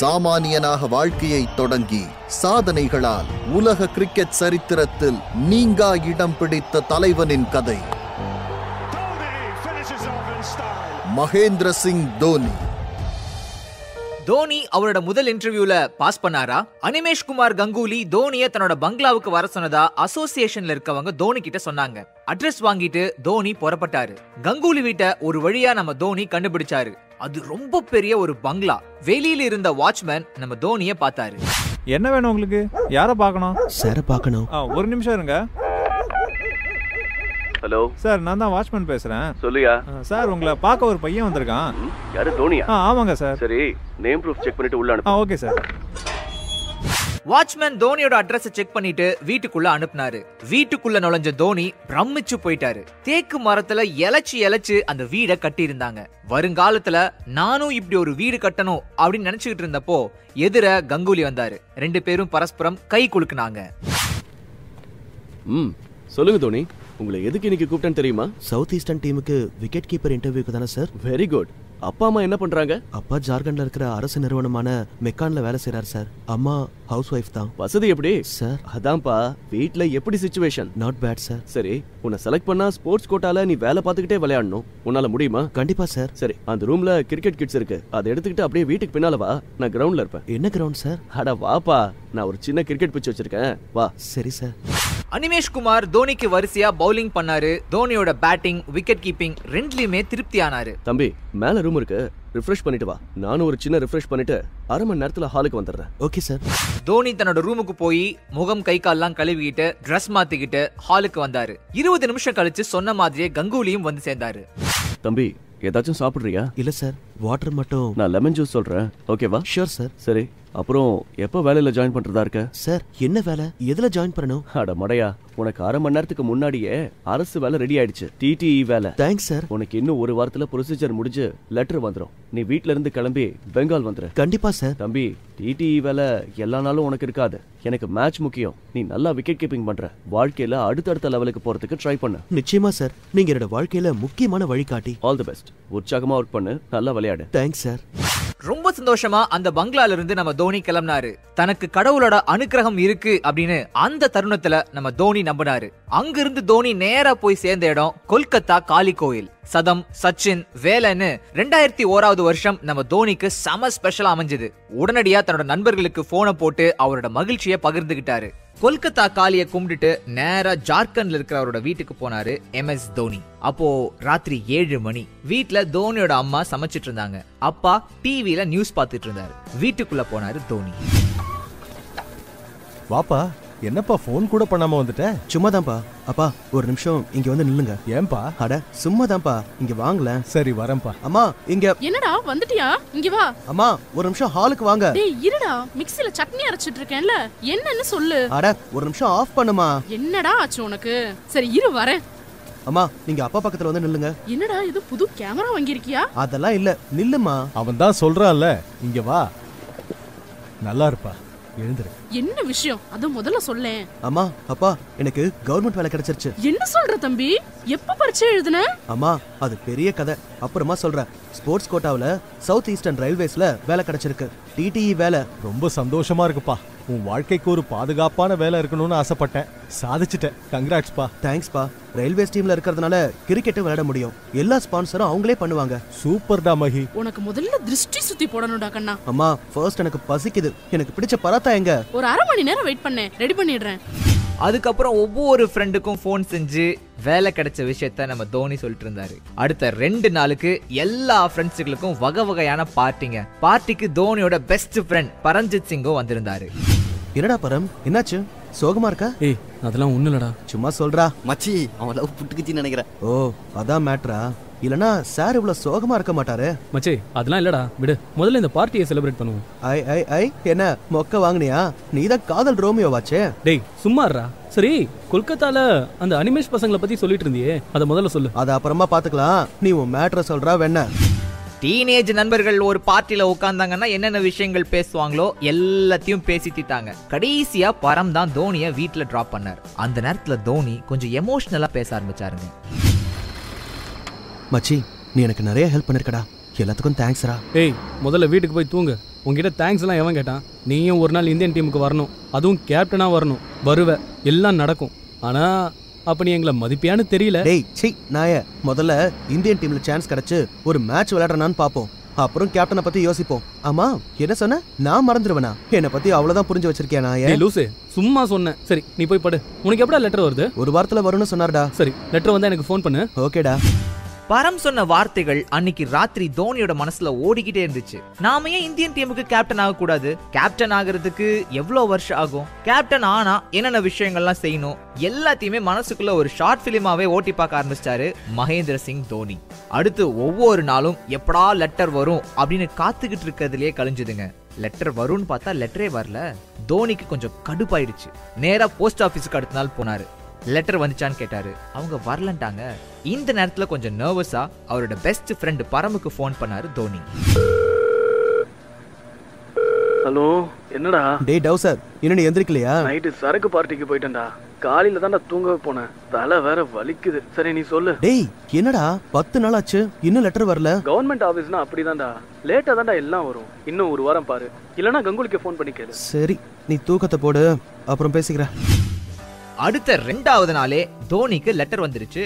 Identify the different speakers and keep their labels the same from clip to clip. Speaker 1: சாமானியனாக வாழ்க்கையை தொடங்கி சாதனைகளால் உலக கிரிக்கெட் சரித்திரத்தில் நீங்கா இடம் பிடித்த தலைவனின் கதை
Speaker 2: Dhoni finishes off in style.
Speaker 1: Mahendra Singh Dhoni
Speaker 3: Dhoni அவரோட முதல் இன்டர்வியூல பாஸ் பண்ணாரா அனிமேஷ் குமார் கங்குலி தோனியை தன்னோட பங்களாவுக்கு வர சொன்னதா அசோசியேஷன்ல இருக்கவங்க தோனி கிட்ட சொன்னாங்க அட்ரஸ் வாங்கிட்டு தோனி புறப்பட்டாரு கங்குலி வீட்டை ஒரு வழியா நம்ம தோனி கண்டுபிடிச்சாரு அது ரொம்ப பெரிய ஒரு பங்களா வெளியில இருந்த வாட்ச்மேன் நம்ம தோனியை பார்த்தாரு
Speaker 4: என்ன வேணும் உங்களுக்கு யாரை பார்க்கணும்
Speaker 5: சாரை பார்க்கணும்
Speaker 4: ஆ ஒரு நிமிஷம் இருங்க
Speaker 6: ஹலோ
Speaker 4: சார் நான் தான் வாட்ச்மேன் பேசுகிறேன்
Speaker 6: சொல்லுயா
Speaker 4: சார் உங்களை பார்க்க ஒரு பையன் வந்திருக்கான்
Speaker 6: ம், யாரு தோனியா
Speaker 4: ஆ ஆமாங்க சார்
Speaker 6: சரி நேம் ப்ரூஃப் செக் பண்ணிட்டு உள்ள
Speaker 4: ஆ
Speaker 6: அனுப்பு
Speaker 4: ஓகே சார்
Speaker 3: வாட்ச்மேன் தோனியோட அட்ரஸ் செக் பண்ணிட்டு வீட்டுக்குள்ள அனுப்புனாரு வீட்டுக்குள்ள நுழைஞ்ச தோனி பிரமிச்சு போயிட்டாரு தேக்கு மரத்துல இலைச்சு இலைச்சு அந்த வீடை கட்டியிருந்தாங்க வருங்காலத்துல நானும் இப்படி ஒரு வீடு கட்டணும் அப்படின்னு நினைச்சுக்கிட்டு இருந்தப்போ எதிர கங்குலி வந்தாரு ரெண்டு பேரும் பரஸ்பரம் கை குலுக்குனாங்க
Speaker 7: ம் சொல்லுங்க தோனி உங்களை எதுக்கு இன்னைக்கு கூப்பிட்டேன்னு தெரியுமா
Speaker 5: சவுத் ஈஸ்டர்ன் டீமுக்கு விக்கெட் கீப்பர் இன்டர்வியூக்கு தானே சார்
Speaker 7: வெரி குட் அப்பா அம்மா என்ன பண்றாங்க
Speaker 5: அப்பா ஜார்க்கண்ட்ல இருக்கிற அரசு நிறுவனமான மெக்கான்ல வேலை செய்றார் சார் அம்மா ஹவுஸ் ஒய்ஃப் தான்
Speaker 7: வசதி எப்படி
Speaker 5: சார்
Speaker 7: அதான்ப்பா வீட்ல எப்படி சுச்சுவேஷன்
Speaker 5: நாட் பேட் சார்
Speaker 7: சரி உன்னை செலக்ட் பண்ணா ஸ்போர்ட்ஸ் கோட்டால நீ வேலை பார்த்துக்கிட்டே விளையாடணும் உன்னால முடியுமா
Speaker 5: கண்டிப்பா சார்
Speaker 7: சரி அந்த ரூம்ல கிரிக்கெட் கிட்ஸ் இருக்கு அதை எடுத்துக்கிட்டு அப்படியே வீட்டுக்கு பின்னால வா நான் கிரவுண்ட்ல இருப்பேன்
Speaker 5: என்ன கிரவுண்ட் சார்
Speaker 7: அட வாப்பா நான் ஒரு சின்ன கிரிக்கெட் பிச் வச்சிருக்கேன் வா
Speaker 5: சரி சார்
Speaker 3: அனிமேஷ் குமார் தோனிக்கு வரிசையா பவுலிங் பண்ணாரு தோனியோட பேட்டிங் விக்கெட் கீப்பிங் ரெண்டுலயுமே திருப்தி ஆனாரு
Speaker 7: தம்பி மேல ரூம் இருக்கு ரிஃப்ரெஷ் பண்ணிட்டு வா நானும் ஒரு சின்ன ரிஃப்ரெஷ் பண்ணிட்டு அரை மணி நேரத்துல ஹாலுக்கு வந்துடுறேன்
Speaker 5: ஓகே சார்
Speaker 3: தோனி தன்னோட ரூமுக்கு போய் முகம் கை கால்லாம் கழுவிக்கிட்டு ட்ரெஸ் மாத்திக்கிட்டு ஹாலுக்கு வந்தாரு இருபது நிமிஷம் கழிச்சு சொன்ன மாதிரியே கங்குலியும் வந்து சேர்ந்தாரு
Speaker 7: தம்பி ஏதாச்சும் சாப்பிடுறியா
Speaker 5: இல்ல சார் வாட்டர் மட்டும்
Speaker 7: நான் லெமன் ஜூஸ் சொல்றேன் ஓகேவா
Speaker 5: ஷூர் சார்
Speaker 7: சரி அப்புறம் எப்போ வேலையில் ஜாயின் பண்ணுறதா இருக்க
Speaker 5: சார் என்ன வேலை எதுல ஜாயின் பண்ணணும்
Speaker 7: அட மடையா உனக்கு அரை மணி நேரத்துக்கு முன்னாடியே அரசு வேலை ரெடி ஆயிடுச்சு டிடிஇ வேலை
Speaker 5: தேங்க்ஸ் சார்
Speaker 7: உனக்கு இன்னும் ஒரு வாரத்தில் ப்ரொசீஜர் முடிஞ்சு லெட்டர் வந்துடும் நீ வீட்ல இருந்து கிளம்பி பெங்கால் வந்துரு
Speaker 5: கண்டிப்பா சார்
Speaker 7: தம்பி டிடிஇ வேலை எல்லா நாளும் உனக்கு இருக்காது எனக்கு மேட்ச் முக்கியம் நீ நல்லா விக்கெட் கீப்பிங் பண்ற வாழ்க்கையில அடுத்தடுத்த லெவலுக்கு போறதுக்கு ட்ரை பண்ணு
Speaker 5: நிச்சயமா சார் நீங்க என்னோட வாழ்க்கையில முக்கியமான வழிகாட்டி
Speaker 7: ஆல் தி பெஸ்ட் உற்சாகமா ஒர்க் பண்ணு நல்லா விளையாடு
Speaker 5: தேங்க்ஸ் சார்
Speaker 3: ரொம்ப சந்தோஷமா அந்த பங்களால இருந்து நம்ம தோனி கிளம்பினாரு தனக்கு கடவுளோட அனுக்கிரகம் இருக்கு அப்படின்னு அந்த தருணத்துல நம்ம தோனி நம்பினாரு அங்கிருந்து தோனி நேரா போய் சேர்ந்த இடம் கொல்கத்தா காளி கோயில் சதம் சச்சின் வேலன்னு ரெண்டாயிரத்தி ஓராவது வருஷம் நம்ம தோனிக்கு செம ஸ்பெஷலா அமைஞ்சது உடனடியா தன்னோட நண்பர்களுக்கு போனை போட்டு அவரோட மகிழ்ச்சியை பகிர்ந்துகிட்டாரு கொல்கத்தா காளியை கும்பிட்டுட்டு நேரா ஜார்க்கண்ட்ல இருக்கிற அவரோட வீட்டுக்கு போனாரு எம் எஸ் தோனி அப்போ ராத்திரி ஏழு மணி வீட்ல தோனியோட அம்மா சமைச்சிட்டு இருந்தாங்க அப்பா டிவில நியூஸ் பார்த்துட்டு இருந்தாரு வீட்டுக்குள்ள போனாரு தோனி
Speaker 8: வாப்பா என்னப்பா ஃபோன் கூட பண்ணாம வந்துட்ட
Speaker 5: சும்மாதான்ப்பா அப்பா ஒரு நிமிஷம் இங்க வந்து நில்லுங்க
Speaker 8: ஏன்பா
Speaker 5: அட சும்மாதான்ப்பா இங்க வாங்கல
Speaker 8: சரி வரேன்பா
Speaker 5: அம்மா இங்க
Speaker 9: என்னடா வந்துட்டியா இங்க வா
Speaker 5: அம்மா ஒரு நிமிஷம் ஹாலுக்கு வாங்க
Speaker 9: டேய் இருடா மிக்ஸில சட்னி அரைச்சிட்டு இருக்கேன்ல என்னன்னு சொல்லு
Speaker 5: அட ஒரு நிமிஷம் ஆஃப் பண்ணுமா
Speaker 9: என்னடா ஆச்சு உனக்கு சரி இரு வரேன்
Speaker 5: அம்மா நீங்க அப்பா பக்கத்துல வந்து நில்லுங்க
Speaker 9: என்னடா இது புது கேமரா வாங்கியிருக்கியா
Speaker 5: அதெல்லாம் இல்ல நில்லுமா
Speaker 8: அவன் தான் சொல்றான்ல இங்க வா நல்லா இருப்பா எழுந்துரு
Speaker 9: என்ன விஷயம் அத முதல்ல சொல்லேன்
Speaker 5: அம்மா அப்பா எனக்கு கவர்மெண்ட் வேலை கிடைச்சிருச்சு
Speaker 9: என்ன சொல்ற தம்பி எப்ப பரிச்சை எழுதுன
Speaker 5: அம்மா அது பெரிய கதை அப்புறமா சொல்றேன் ஸ்போர்ட்ஸ் கோட்டாவில் சவுத் ஈஸ்டர்ன் ரயில்வேஸ்ல வேலை கிடைச்சிருக்கு டிடிஇ வேலை
Speaker 8: ரொம்ப சந்தோஷமா இருக்குப்பா உன் வாழ்க்கைக்கு ஒரு பாதுகாப்பான வேலை இருக்கணும்னு ஆசைப்பட்டேன் சாதிச்சிட்டேன் கங்க்ராட்ஸ்பா
Speaker 5: தேங்க்ஸ்ப்பா ரயில்வேஸ் டீம்ல இருக்கிறதுனால கிரிக்கெட்டும் விளையாட முடியும் எல்லா ஸ்பான்சரும் அவங்களே பண்ணுவாங்க
Speaker 8: சூப்பர்டா மகி
Speaker 9: உனக்கு முதல்ல திருஷ்டி சுத்தி போடணும்டா கண்ணா
Speaker 5: அம்மா ஃபர்ஸ்ட் எனக்கு பசிக்குது எனக்கு பிடிச்ச பராத்தா எங்க
Speaker 9: ஒரு அரை மணி நேரம் வெயிட் பண்ணேன் ரெடி பண்ணிடுறேன்
Speaker 3: அதுக்கப்புறம் ஒவ்வொரு ஃப்ரெண்டுக்கும் ஃபோன் செஞ்சு வேலை கிடைச்ச விஷயத்த நம்ம தோனி சொல்லிட்டு இருந்தாரு அடுத்த ரெண்டு நாளுக்கு எல்லா ஃப்ரெண்ட்ஸுகளுக்கும் வகை வகையான பார்ட்டிங்க பார்ட்டிக்கு தோனியோட பெஸ்ட் ஃப்ரெண்ட் பரஞ்சித் சிங்கும் வந்திருந்தாரு
Speaker 5: என்னடா பரம் என்னாச்சு சோகமா இருக்க
Speaker 10: ஏய் அதெல்லாம் ஒன்றும் இல்லடா
Speaker 5: சும்மா சொல்றா
Speaker 6: மச்சி அவன் லவ் புட்டுக்குச்சின்னு நினைக்கிறேன்
Speaker 5: ஓ அதான் மேட்ரா இல்லனா சார் இவ்வளவு சோகமா இருக்க மாட்டாரு
Speaker 10: மச்சே அதெல்லாம் இல்லடா விடு முதல்ல இந்த பார்ட்டியை செலிப்ரேட் பண்ணுவோம்
Speaker 5: ஐ ஐ ஐ என்ன மொக்க வாங்குனியா நீதான் காதல் ரோமியோவாச்சே
Speaker 10: டேய் சும்மா இருடா சரி கொல்கத்தால அந்த அனிமேஷ் பசங்களை பத்தி சொல்லிட்டு இருந்தியே அதை முதல்ல சொல்லு
Speaker 5: அது அப்புறமா பாத்துக்கலாம் நீ உன் மேட்ரை சொல்றா வேண
Speaker 3: டீனேஜ் நண்பர்கள் ஒரு பார்ட்டியில உட்கார்ந்தாங்கன்னா என்னென்ன விஷயங்கள் பேசுவாங்களோ எல்லாத்தையும் பேசி தீத்தாங்க கடைசியா பரம் தான் தோனியை வீட்டில் டிராப் பண்ணார் அந்த நேரத்துல தோனி கொஞ்சம் எமோஷனலா பேச ஆரம்பிச்சாருங்க
Speaker 5: மச்சி நீ எனக்கு நிறைய ஹெல்ப் பண்ணிருக்கடா எல்லாத்துக்கும் தேங்க்ஸ்ரா
Speaker 10: ஏய் முதல்ல வீட்டுக்கு போய் தூங்கு உங்ககிட்ட தேங்க்ஸ்லாம் எவன் கேட்டான் நீயும் ஒரு நாள் இந்தியன் டீமுக்கு வரணும் அதுவும் கேப்டனாக வரணும் வருவ எல்லாம் நடக்கும் ஆனால் அப்போ நீ எங்களை மதிப்பியான்னு தெரியல
Speaker 5: டேய் சி நாய முதல்ல இந்தியன் டீம்ல சான்ஸ் கிடைச்சு ஒரு மேட்ச் விளையாடுறானான்னு பார்ப்போம் அப்புறம் கேப்டனை பத்தி யோசிப்போம் ஆமா என்ன சொன்ன நான் மறந்துடுவேனா என்னை பத்தி அவ்வளவுதான் புரிஞ்சு வச்சிருக்கேன் நாய
Speaker 10: டேய் லூசு சும்மா சொன்னேன் சரி நீ போய் படு உனக்கு எப்படா லெட்டர் வருது
Speaker 5: ஒரு வாரத்துல வரும்னு சொன்னார்டா
Speaker 10: சரி லெட்டர் வந்தால் எனக்கு ஃபோன் பண்ணு
Speaker 5: ஓகேடா
Speaker 3: பரம் சொன்ன வார்த்தைகள் அன்னைக்கு ராத்திரி தோனியோட மனசுல ஓடிக்கிட்டே இருந்துச்சு நாம ஏன் இந்தியன் டீமுக்கு கேப்டன் ஆகக்கூடாது கேப்டன் ஆகிறதுக்கு எவ்வளோ வருஷம் ஆகும் கேப்டன் ஆனா என்னென்ன விஷயங்கள்லாம் செய்யணும் எல்லாத்தையுமே மனசுக்குள்ள ஒரு ஷார்ட் ஃபிலிமாவே ஓட்டி பார்க்க ஆரம்பிச்சிட்டாரு மகேந்திர சிங் தோனி அடுத்து ஒவ்வொரு நாளும் எப்படா லெட்டர் வரும் அப்படின்னு காத்துக்கிட்டு இருக்கிறதுலயே கழிஞ்சுதுங்க லெட்டர் வரும்னு பார்த்தா லெட்டரே வரல தோனிக்கு கொஞ்சம் கடுப்பாயிடுச்சு நேரா போஸ்ட் ஆஃபீஸுக்கு அடுத்த நாள் போனாரு லெட்டர் வந்துச்சான்னு கேட்டாரு அவங்க வரலன்ட்டாங்க இந்த நேரத்துல கொஞ்சம் நர்வஸா அவரோட பெஸ்ட் ஃப்ரெண்ட் பரமுக்கு ஃபோன் பண்ணாரு தோனி
Speaker 6: ஹலோ என்னடா
Speaker 5: டேய் டவுசர் இன்னும் நீ எந்திரிக்கலையா
Speaker 6: நைட்டு சரக்கு பார்ட்டிக்கு போயிட்டேன்டா காலையில தான் நான் தூங்க போனேன் தலை வேற வலிக்குது சரி நீ சொல்லு
Speaker 5: டேய் என்னடா பத்து நாள் ஆச்சு இன்னும் லெட்டர் வரல
Speaker 6: கவர்மெண்ட் ஆபீஸ்னா அப்படிதான்டா லேட்டா தான்டா எல்லாம் வரும் இன்னும் ஒரு வாரம் பாரு இல்லனா கங்குலிக்கு ஃபோன் பண்ணி கேளு
Speaker 5: சரி நீ தூக்கத்தை போடு அப்புறம் பேசிக்கிறேன்
Speaker 3: அடுத்த ரெண்டாவது நாளே தோனிக்கு லெட்டர் வந்துருச்சு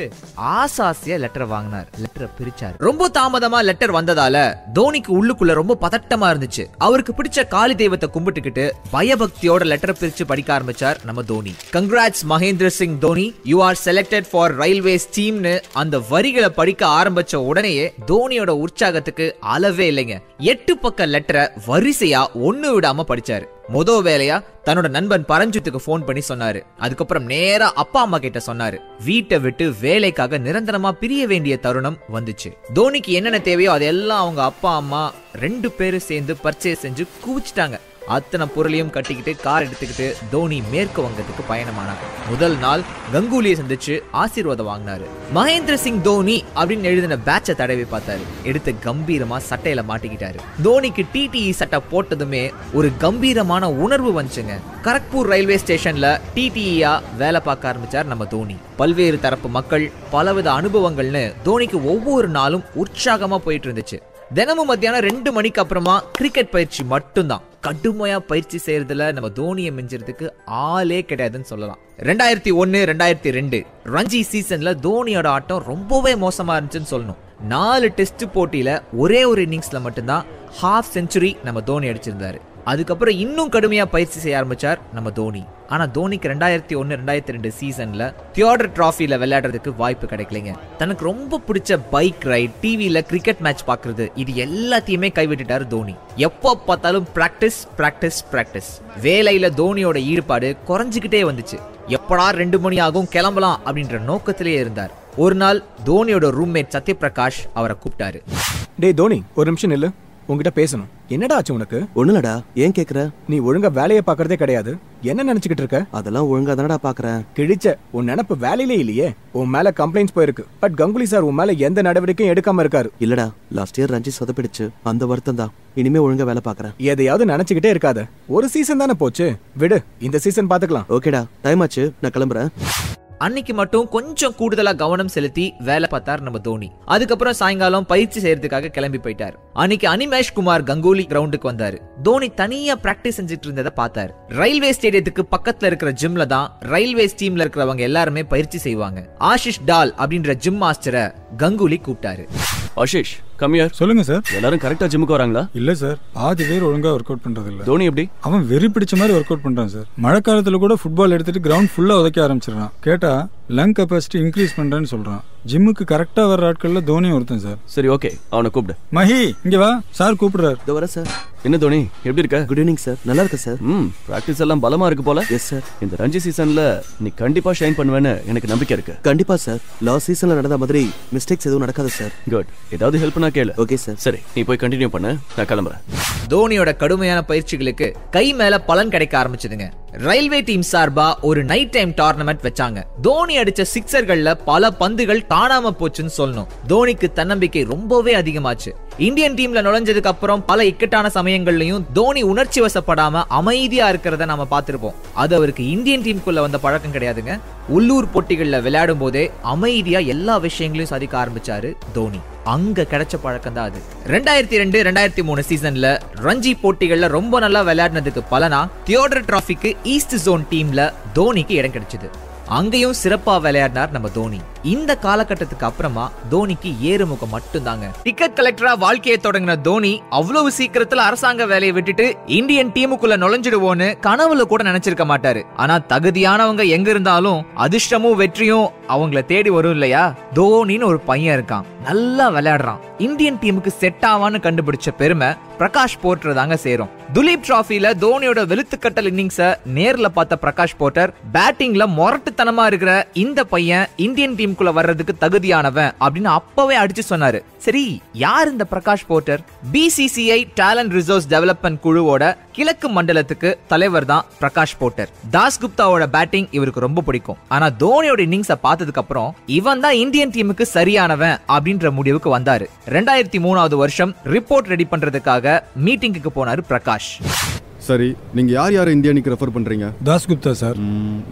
Speaker 3: ஆசாசியா லெட்டர் வாங்கினார் லெட்டரை பிரிச்சாரு ரொம்ப தாமதமா லெட்டர் வந்ததால தோனிக்கு உள்ளுக்குள்ள ரொம்ப பதட்டமா இருந்துச்சு அவருக்கு பிடிச்ச காளி தெய்வத்தை கும்பிட்டுக்கிட்டு பயபக்தியோட லெட்டரை பிரிச்சு படிக்க ஆரம்பிச்சார் நம்ம Dhoni congrats Mahendra Singh Dhoni you are selected for Railways டீம்னு அந்த வரிகளை படிக்க ஆரம்பிச்ச உடனேயே தோனியோட உற்சாகத்துக்கு அளவே இல்லைங்க எட்டு பக்க லெட்டரை வரிசையா ஒண்ணு விடாம படிச்சாரு மொத வேலையா தன்னோட நண்பன் பரஞ்சித்துக்கு ஃபோன் பண்ணி சொன்னாரு அதுக்கப்புறம் நேரா அப்பா அம்மா கிட்ட சொன்னாரு வீட்டை விட்டு வேலைக்காக நிரந்தரமா பிரிய வேண்டிய தருணம் வந்துச்சு தோனிக்கு என்னென்ன தேவையோ அதெல்லாம் அவங்க அப்பா அம்மா ரெண்டு பேரும் சேர்ந்து பர்ச்சேஸ் செஞ்சு குவிச்சிட்டாங்க அத்தனை பொருளையும் கட்டிக்கிட்டு கார் எடுத்துக்கிட்டு தோனி மேற்கு வங்கத்துக்கு பயணமானார் முதல் நாள் கங்குலியை சந்திச்சு ஆசீர்வாதம் வாங்கினாரு மகேந்திர சிங் தோனி அப்படின்னு எழுதின பேட்சை தடவி பார்த்தாரு எடுத்து கம்பீரமா சட்டையில மாட்டிக்கிட்டாரு தோனிக்கு டிடிஇ சட்டை போட்டதுமே ஒரு கம்பீரமான உணர்வு வந்துச்சுங்க கரக்பூர் ரயில்வே ஸ்டேஷன்ல டிடிஇயா வேலை பார்க்க ஆரம்பிச்சார் நம்ம தோனி பல்வேறு தரப்பு மக்கள் பலவித அனுபவங்கள்னு தோனிக்கு ஒவ்வொரு நாளும் உற்சாகமா போயிட்டு இருந்துச்சு தினமும் மத்தியானம் ரெண்டு மணிக்கு அப்புறமா கிரிக்கெட் பயிற்சி மட்டும்தான் கடுமையா பயிற்சி செய்யறதுல நம்ம தோனியை மிஞ்சறதுக்கு ஆளே கிடையாதுன்னு சொல்லலாம் ரெண்டாயிரத்தி ஒன்னு ரெண்டாயிரத்தி ரெண்டு ரஞ்சி சீசன்ல தோனியோட ஆட்டம் ரொம்பவே மோசமா இருந்துச்சுன்னு சொல்லணும் நாலு டெஸ்ட் போட்டியில ஒரே ஒரு இன்னிங்ஸ்ல மட்டும்தான் ஹாஃப் செஞ்சுரி நம்ம தோனி அடிச்சிருந்தாரு அதுக்கப்புறம் இன்னும் கடுமையா பயிற்சி செய்ய ஆரம்பிச்சார் நம்ம தோனி ஆனா தோனிக்கு ரெண்டாயிரத்தி ஒன்னு ரெண்டாயிரத்தி ரெண்டு சீசன்ல தியோடர் டிராஃபில விளையாடுறதுக்கு வாய்ப்பு கிடைக்கலைங்க தனக்கு ரொம்ப பிடிச்ச பைக் ரைட் டிவில கிரிக்கெட் மேட்ச் பாக்குறது இது எல்லாத்தையுமே கைவிட்டுட்டாரு தோனி எப்போ பார்த்தாலும் பிராக்டிஸ் பிராக்டிஸ் பிராக்டிஸ் வேலையில தோனியோட ஈடுபாடு குறைஞ்சுக்கிட்டே வந்துச்சு எப்படா ரெண்டு மணி ஆகும் கிளம்பலாம் அப்படின்ற நோக்கத்திலேயே இருந்தார் ஒரு நாள் தோனியோட ரூம்மேட் சத்யபிரகாஷ் அவரை கூப்பிட்டாரு
Speaker 11: டேய் தோனி ஒரு நிமிஷம் நில்லு உங்ககிட்ட பேசணும் என்னடா ஆச்சு உனக்கு
Speaker 5: ஒண்ணுலடா ஏன் கேக்குற
Speaker 11: நீ ஒழுங்கா வேலையை பார்க்கறதே கிடையாது என்ன நினைச்சுக்கிட்டு இருக்க
Speaker 5: அதெல்லாம் ஒழுங்கா தானடா பாக்குறேன்
Speaker 11: கிழிச்ச உன் நினப்பு வேலையிலே இல்லையே உன் மேல கம்ப்ளைண்ட்ஸ் போயிருக்கு பட் கங்குலி சார் உன் மேல எந்த நடவடிக்கையும் எடுக்காம இருக்காரு
Speaker 5: இல்லடா லாஸ்ட் இயர் ரஞ்சி சொதப்பிடுச்சு அந்த வருத்தம் தான் இனிமே ஒழுங்கா வேலை பாக்குறேன்
Speaker 11: எதையாவது நினைச்சுக்கிட்டே இருக்காத ஒரு சீசன் தானே போச்சு விடு இந்த சீசன் பாத்துக்கலாம்
Speaker 5: ஓகேடா டைம் ஆச்சு நான் கிளம்புறேன்
Speaker 3: அன்னைக்கு மட்டும் கொஞ்சம் கூடுதலா கவனம் செலுத்தி வேலை பார்த்தார் நம்ம தோனி அதுக்கப்புறம் சாயங்காலம் பயிற்சி செய்யறதுக்காக கிளம்பி போயிட்டார் அன்னைக்கு அனிமேஷ் குமார் கங்குலி கிரவுண்டுக்கு வந்தாரு தோனி தனியா பிராக்டிஸ் செஞ்சுட்டு இருந்ததை பார்த்தாரு ரயில்வே ஸ்டேடியத்துக்கு பக்கத்துல இருக்கிற ஜிம்ல தான் ரயில்வே டீம்ல இருக்கிறவங்க எல்லாருமே பயிற்சி செய்வாங்க ஆஷிஷ் டால் அப்படின்ற ஜிம் மாஸ்டரை கங்குலி கூப்பிட்டாரு
Speaker 7: ஆஷிஷ் கம்மியார்
Speaker 4: சொல்லுங்க சார்
Speaker 7: எல்லாரும் கரெக்டா ஜிம்முக்கு வராங்களா
Speaker 4: இல்ல சார் பாதி பேர் ஒழுங்கா ஒர்க் அவுட் பண்றது இல்ல
Speaker 7: தோனி எப்படி
Speaker 4: அவன் வெறி பிடிச்ச மாதிரி ஒர்க் அவுட் பண்றான் சார் மழை காலத்துல கூட ஃபுட்பால் எடுத்துட்டு கிரவுண்ட் ஃபுல்லா உதைக்க ஆரம்பிச்சிடறான் கேட்டா லங் கெப்பாசிட்டி இன்க்ரீஸ் பண்றேன்னு சொல்றான் ஜிம்முக்கு கரெக்டா வர ஆட்கள்ல தோனி ஒருத்தன் சார்
Speaker 7: சரி ஓகே அவனை கூப்பிடு
Speaker 4: மஹி இங்க வா சார் கூப்பிடுறாரு
Speaker 5: இதோ வரேன் சார்
Speaker 7: என்ன தோனி எப்படி இருக்க
Speaker 5: குட் ஈவினிங் சார் நல்லா இருக்கேன் சார்
Speaker 7: ம் பிராக்டிஸ் எல்லாம் பலமா இருக்கு போல
Speaker 5: எஸ் சார்
Speaker 7: இந்த ரஞ்சி சீசன்ல நீ கண்டிப்பா ஷைன் பண்ணுவேன்னு எனக்கு நம்பிக்கை இருக்கு
Speaker 5: கண்டிப்பா சார் லாஸ்ட் சீசன்ல நடந்த மாதிரி மிஸ்டேக்ஸ் எதுவும் நடக்காது சார்
Speaker 7: குட் ஏதாவது ஹெல்ப்னா கேளு
Speaker 5: ஓகே சார்
Speaker 7: சரி நீ போய் கண்டினியூ பண்ணு நான் கிளம்புறேன்
Speaker 3: தோனியோட கடுமையான பயிற்சிகளுக்கு கை மேல பலன் கிடைக்க ஆரம்பிச்சதுங்க ரயில்வே டீம் சார்பா ஒரு நைட் டைம் டோர்னமெண்ட் வச்சாங்க தோனி அடிச்ச சிக்ஸர்கள்ல பல பந்துகள் காணாம போச்சுன்னு சொல்லணும் தோனிக்கு தன்னம்பிக்கை ரொம்பவே அதிகமாச்சு இந்தியன் டீம்ல நுழைஞ்சதுக்கு அப்புறம் பல இக்கட்டான சமயங்கள்லயும் தோனி உணர்ச்சி வசப்படாம அமைதியா இருக்கிறத நாம பார்த்திருப்போம் அது அவருக்கு இந்தியன் டீமுக்குள்ள வந்த பழக்கம் கிடையாதுங்க உள்ளூர் போட்டிகள்ல விளையாடும் போதே அமைதியா எல்லா விஷயங்களையும் சாதிக்க ஆரம்பிச்சாரு தோனி அங்க கிடைச்ச பழக்கம் தான் அது ரெண்டாயிரத்தி ரெண்டு ரெண்டாயிரத்தி மூணு சீசன்ல ரஞ்சி போட்டிகள்ல ரொம்ப நல்லா விளையாடினதுக்கு பலனா தியோடர் டிராஃபிக்கு ஈஸ்ட் ஜோன் டீம்ல தோனிக்கு இடம் கிடைச்சது அங்கேயும் சிறப்பா விளையாடினார் நம்ம தோனி இந்த காலகட்டத்துக்கு அப்புறமா தோனிக்கு ஏறுமுகம் மட்டும்தாங்க டிக்கெட் கலெக்டரா வாழ்க்கையை தொடங்கின தோனி அவ்வளவு சீக்கிரத்துல அரசாங்க வேலையை விட்டுட்டு இந்தியன் டீமுக்குள்ள நுழைஞ்சிடுவோன்னு கனவுல கூட நினைச்சிருக்க மாட்டாரு ஆனா தகுதியானவங்க எங்க இருந்தாலும் அதிர்ஷ்டமும் வெற்றியும் அவங்கள தேடி வரும் இல்லையா தோனின்னு ஒரு பையன் இருக்கான் நல்லா விளையாடுறான் இந்தியன் டீமுக்கு செட் ஆவான்னு கண்டுபிடிச்ச பெருமை பிரகாஷ் போர்ட்டர் தாங்க சேரும் துலீப் டிராஃபில தோனியோட வெளுத்துக்கட்டல் இன்னிங்ஸை நேர்ல பார்த்த பிரகாஷ் போர்ட்டர் பேட்டிங்ல மொரட்டுத்தனமா இருக்கிற இந்த பையன் இந்தியன் டீமுக்குள்ள வர்றதுக்கு தகுதியானவன் அப்படின்னு அப்பவே அடிச்சு சொன்னாரு சரி யார் இந்த Prakash Poddar BCCI talent resource development குழுவோட கிழக்கு மண்டலத்துக்கு தலைவர் தான் பிரகாஷ் போர்ட்டர் தாஸ்குப்தாவோட பேட்டிங் இவருக்கு ரொம்ப பிடிக்கும் ஆனா தோனியோட இன்னிங்ஸை பார்த்ததுக்கு அப்புறம் இவன் தான் இந்தியன் டீமுக்கு சரியானவன் அப்படின்ற முடிவுக்கு வந்தாரு ரெண்டாயிரத்தி மூணாவது வருஷம் ரிப்போர்ட் ரெடி பண்றதுக்காக மீட்டிங்குக்கு போனாரு பிரகாஷ்
Speaker 12: சரி நீங்க யார் யார் இந்தியா அணிக்கு ரெஃபர் பண்றீங்க
Speaker 4: தாஸ்குப்தா சார்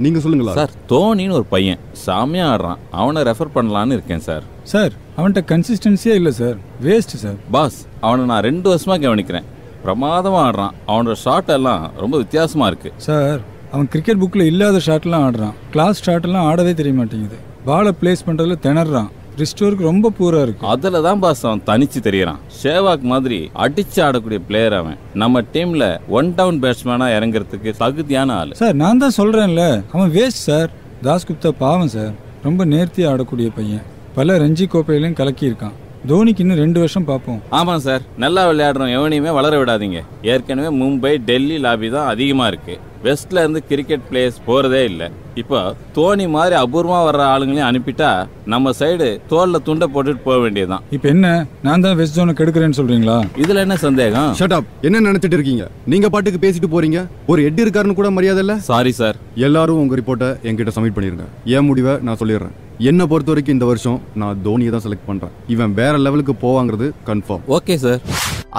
Speaker 12: நீங்க சொல்லுங்களா
Speaker 13: சார் தோனின்னு ஒரு பையன் செம்மையா ஆடுறான் அவனை ரெஃபர் பண்ணலான்னு இருக்கேன் சார்
Speaker 4: சார் அவன்கிட்ட கன்சிஸ்டன்சியே இல்லை சார் வேஸ்ட் சார்
Speaker 13: பாஸ் அவனை நான் ரெண்டு வருஷமா கவனிக்கிறேன் பிரமாதமா ஆடுறான் அவனோட ஷாட் எல்லாம் ரொம்ப வித்தியாசமா இருக்கு
Speaker 4: சார் அவன் கிரிக்கெட் புக்கில் இல்லாத ஷாட்லாம் ஆடுறான் கிளாஸ் ஷாட்லாம் ஆடவே தெரிய மாட்டேங்குது பாலை ப்ளேஸ் பண்ணுறதுல திணறான் ரிஸ்டோருக்கு ரொம்ப பூரா இருக்கு
Speaker 13: அதுல தான் பாஸ் அவன் தனிச்சு தெரியறான் ஷேவாக் மாதிரி அடிச்சு ஆடக்கூடிய பிளேயர் அவன் நம்ம டீம்ல ஒன் டவுன் பேட்ஸ்மேனா இறங்குறதுக்கு தகுதியான ஆளு
Speaker 4: சார் நான் தான் சொல்கிறேன்ல அவன் வேஸ்ட் சார் தாஸ்குப்தா பாவம் சார் ரொம்ப நேர்த்தியாக ஆடக்கூடிய பையன் பல ரஞ்சி கோப்பையிலையும் கலக்கியிருக்கான் தோனிக்கு இன்னும் ரெண்டு வருஷம் பார்ப்போம்
Speaker 13: ஆமாம் சார் நல்லா விளையாடுறோம் எவனையுமே வளர விடாதீங்க ஏற்கனவே மும்பை டெல்லி லாபி தான் அதிகமாக இருக்கு வெஸ்ட்ல இருந்து கிரிக்கெட் பிளேயர்ஸ் போறதே இல்லை இப்போ தோனி மாதிரி அபூர்வமா வர்ற ஆளுங்களையும் அனுப்பிட்டா நம்ம சைடு தோல்ல துண்டை போட்டுட்டு போக வேண்டியதுதான்
Speaker 4: இப்போ என்ன நான் தான் வெஸ்ட் ஜோனை கெடுக்கிறேன்னு சொல்கிறீங்களா
Speaker 13: இதுல என்ன சந்தேகம்
Speaker 12: ஷட் அப் என்ன நினைச்சிட்டு இருக்கீங்க நீங்க பாட்டுக்கு பேசிட்டு போறீங்க ஒரு எட்டு இருக்காருன்னு கூட மரியாதை இல்ல
Speaker 13: சாரி சார்
Speaker 12: எல்லாரும் உங்க ரிப்போர்ட்டை என்கிட்ட சப்மிட் பண்ணிருங்க என் முடிவை நான் சொல்லிடுறேன் என்னை பொறுத்த வரைக்கும் இந்த வருஷம் நான் தோனியை தான் செலக்ட் பண்றேன் இவன் வேற லெவலுக்கு போவாங்கிறது கன்ஃபார்ம்
Speaker 13: ஓகே சார்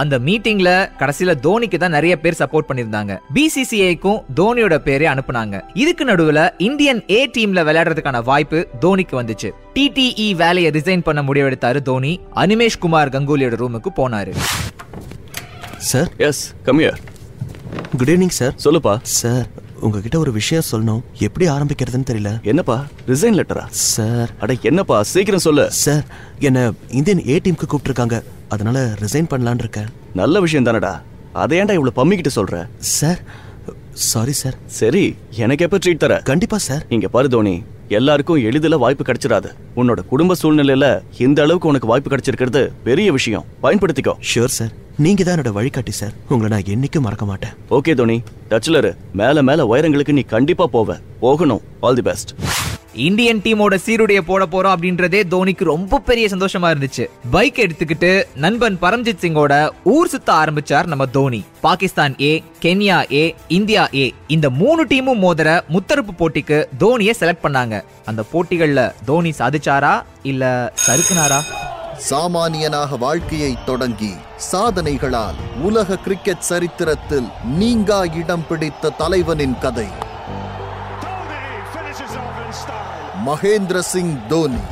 Speaker 3: அந்த மீட்டிங்ல கடைசியில தோனிக்கு தான் நிறைய பேர் சப்போர்ட் பண்ணிருந்தாங்க பிசிசிஐக்கும் தோனியோட பேரே அனுப்புனாங்க இதுக்கு நடுவுல இந்தியன் ஏ டீம்ல விளையாடுறதுக்கான வாய்ப்பு தோனிக்கு வந்துச்சு டிடிஇ வேலையை ரிசைன் பண்ண முடிவெடுத்தாரு தோனி அனிமேஷ் குமார் கங்குலியோட ரூமுக்கு போனாரு
Speaker 14: sir yes come here good evening sir சொல்லுப்பா சார் உங்ககிட்ட ஒரு விஷயம் சொல்லணும் எப்படி ஆரம்பிக்கிறதுன்னு தெரியல என்னப்பா ரிசைன் லெட்டரா சார் அட என்னப்பா சீக்கிரம் சொல்லு சார் என்ன இந்தியன் ஏ டீமுக்கு கூப்பிட்டுருக்காங்க அதனால ரிசைன் பண்ணலான்னு இருக்கேன் நல்ல விஷயம் தானடா அதை ஏன்டா இவ்வளோ பம்மிக்கிட்டு சொல்ற சார் சாரி சார்
Speaker 7: சரி எனக்கு எப்போ ட்ரீட் தர
Speaker 14: கண்டிப்பா சார்
Speaker 7: இங்க பாரு தோனி எல்லாருக்கும் எளிதில் வாய்ப்பு கிடைச்சிடாது உன்னோட குடும்ப சூழ்நிலையில இந்த அளவுக்கு உனக்கு வாய்ப்பு கிடைச்சிருக்கிறது பெரிய விஷயம் பயன்படுத்திக்கோ
Speaker 14: ஷூர் சார் நீங்க தான் என்னோட வழிகாட்டி சார் உங்களை நான் என்னைக்கும் மறக்க மாட்டேன்
Speaker 7: ஓகே தோனி டச்ல இரு மேல மேல உயரங்களுக்கு நீ கண்டிப்பா போவ போகணும் ஆல் தி பெஸ்ட்
Speaker 3: இந்தியன் டீமோட சீருடைய போட போறோம் அப்படின்றதே தோனிக்கு ரொம்ப பெரிய சந்தோஷமா இருந்துச்சு பைக் எடுத்துக்கிட்டு நண்பன் பரம்ஜித் சிங்கோட ஊர் சுத்த ஆரம்பிச்சார் நம்ம Dhoni Pakistan A Kenya A India A இந்த மூணு டீமும் மோதிர முத்தரப்பு போட்டிக்கு தோனியை செலக்ட் பண்ணாங்க அந்த போட்டிகள்ல தோனி சாதிச்சாரா இல்ல சறுக்குனாரா
Speaker 1: சாமானியனாக வாழ்க்கையை தொடங்கி சாதனைகளால் உலக கிரிக்கெட் சரித்திரத்தில் நீங்கா இடம் பிடித்த தலைவனின் கதை மகேந்திர சிங் தோனி